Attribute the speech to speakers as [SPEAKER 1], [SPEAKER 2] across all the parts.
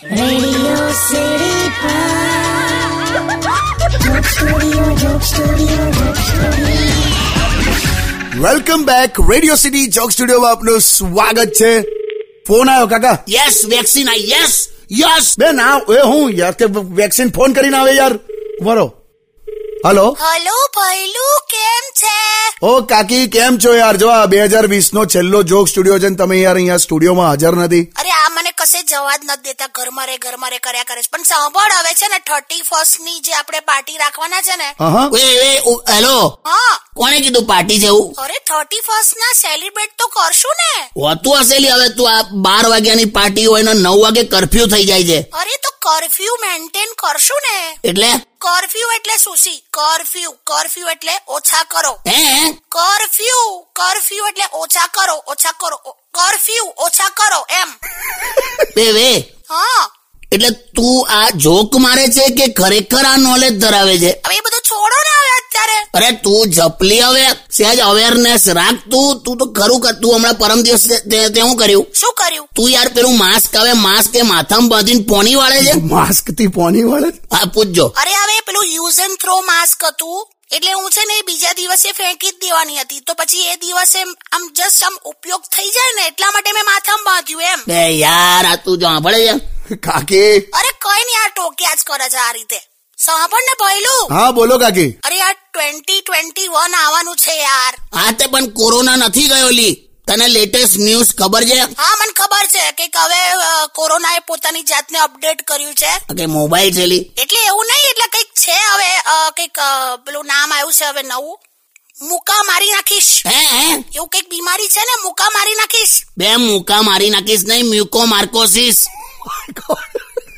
[SPEAKER 1] Radio City Pod. Studio, Joke Studio, Joke Studio.
[SPEAKER 2] Welcome back radio city joke સ્ટુડિયોમાં આપનું સ્વાગત છે phone આવ્યો કાકા
[SPEAKER 3] યસ વેક્સિન આઈ યસ યસ
[SPEAKER 2] બેન આ એ હું યાર તે વેક્સિન ફોન કરીને આવે યાર બરો હલો
[SPEAKER 4] હલો ભૈલું કેમ છે
[SPEAKER 2] ઓ કાકી કેમ છો યાર જો આ બે હજાર વીસ નો છેલ્લો જોક સ્ટુડિયો છે ને તમે યાર અહીંયા સ્ટુડિયોમાં હાજર નથી
[SPEAKER 4] અરે આ મને કશે જવા જ નથી દેતા ઘરમાં રે ઘરમાં રે કર્યા કરે છે પણ સાંભળ હવે છે ને થર્ટી ફર્સ્ટ ની જે આપણે પાર્ટી રાખવાના છે ને
[SPEAKER 2] હા
[SPEAKER 3] વે વે ઉ- હેલો
[SPEAKER 4] હા
[SPEAKER 3] oh, કોણે કીધું પાર્ટી જેવું
[SPEAKER 4] અરે થર્ટી ફર્સ્ટ ના સેલિબ્રેટ તો કરશું ને
[SPEAKER 3] હોતું હશે લી હવે તું આ બાર વાગ્યાની પાર્ટી હોય ને નવ વાગે કર્ફ્યુ થઈ જાય છે
[SPEAKER 4] અરે તો કર્ફ્યુ મેન્ટેન કરશું ને
[SPEAKER 3] એટલે
[SPEAKER 4] કર્ફ્યુ એટલે સુશી કર્ફ્યુ કર્ફ્યુ એટલે ઓછા કરો
[SPEAKER 3] હે હે?
[SPEAKER 4] કર્ફ્યુ કર્ફ્યુ એટલે ઓછા કરો ઓછા કરો ઓ- કર્ફ્યુ ઓછા કરો એમ
[SPEAKER 3] વે વે
[SPEAKER 4] હા
[SPEAKER 3] એટલે તું આ જોક મારે છે કે ખરેખર આ નોલેજ ધરાવે છે
[SPEAKER 4] હવે એ બધું છોડો ને હવે અત્યારે
[SPEAKER 3] અરે તું જપલી હવે સહેજ અવેરનેસ રાખ તું તું તો ખરું કર તું હમણાં પરમ દિવસ તે- તે તે હું કર્યું
[SPEAKER 4] શું કર્યું
[SPEAKER 3] તું યાર પેલું માસ્ક આવે માસ્ક એ માથામાં બાંધીને પોની વાળે છે
[SPEAKER 2] માસ્ક થી પોની વળે
[SPEAKER 3] હા પૂછજો
[SPEAKER 4] અરે હવે પેલું યુઝ એન્ડ થ્રો માસ્ક હતું એટલે હું છે ને એ બીજા દિવસે ફેંકી જ દેવાની હતી તો પછી એ દિવસે એમ- આમ જસ્ટ આમ ઉપયોગ થઈ જાય ને એટલા માટે મેં માથામાં બાંધ્યું એમ
[SPEAKER 3] બે યાર આ તું સાંભળે છે
[SPEAKER 2] કાકી
[SPEAKER 4] અરે કઈ નહીં આ ટોક્યા જ કરે છે આ રીતે સાંભળ ને ભયલું
[SPEAKER 2] હા બોલો કાકી
[SPEAKER 4] અરે આ ટ્વેન્ટી ટ્વેન્ટી વન આવવાનું છે યાર
[SPEAKER 3] હા તે પણ કોરોના નથી ગયો લી તને લેટેસ્ટ ન્યૂઝ ખબર છે
[SPEAKER 4] હા મને ખબર છે કે હવે અ, કોરોનાએ પોતાની જાતને અપડેટ કર્યું છે
[SPEAKER 3] આ કે મોબાઈલ છે લી
[SPEAKER 4] એટલે એવું નહીં એટલે કંઈક છે હવે અ, કંઈક અ, પેલું નામ આવ્યું છે હવે નવું મુકા મારી નાખીશ
[SPEAKER 3] હે હે
[SPEAKER 4] એવું કંઈક બીમારી છે ને મુકા મારી નાખીશ
[SPEAKER 3] બે મુકા મારી નાખીશ નહીં મ્યુકો માર્કોસિસ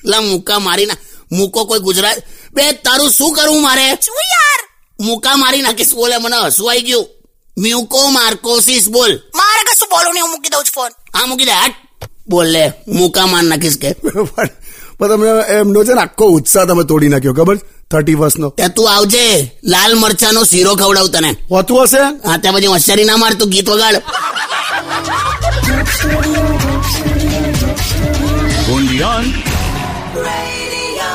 [SPEAKER 3] લા મુકા મારી ના મુકો કોઈ ગુજરાત બે તારું શું કરવું મારે
[SPEAKER 4] શું યાર
[SPEAKER 3] મુકા મારી નાખીશ બોલે મને હસવું આવી ગયું મ્યુકો માર્કોસિસ બોલ
[SPEAKER 4] મારે કશું બોલવું નહીં હું મૂકી દઉં છું ફોન
[SPEAKER 3] આ મૂકી દે હાટ બોલે મુકા માર નાખીશ કે
[SPEAKER 2] પણ પણ તમને એમનો છે ને આખો ઉત્સાહ તમે તોડી નાખ્યો ખબર થર્ટી ફર્સ્ટ નો
[SPEAKER 3] તે તું આવજે લાલ મરચાનો શીરો ખવડાવ તને
[SPEAKER 2] હોતું હશે
[SPEAKER 3] હા ત્યાં પછી હોશિયારી ના માર તું ગીત વગાડ
[SPEAKER 5] Undian.
[SPEAKER 4] Radio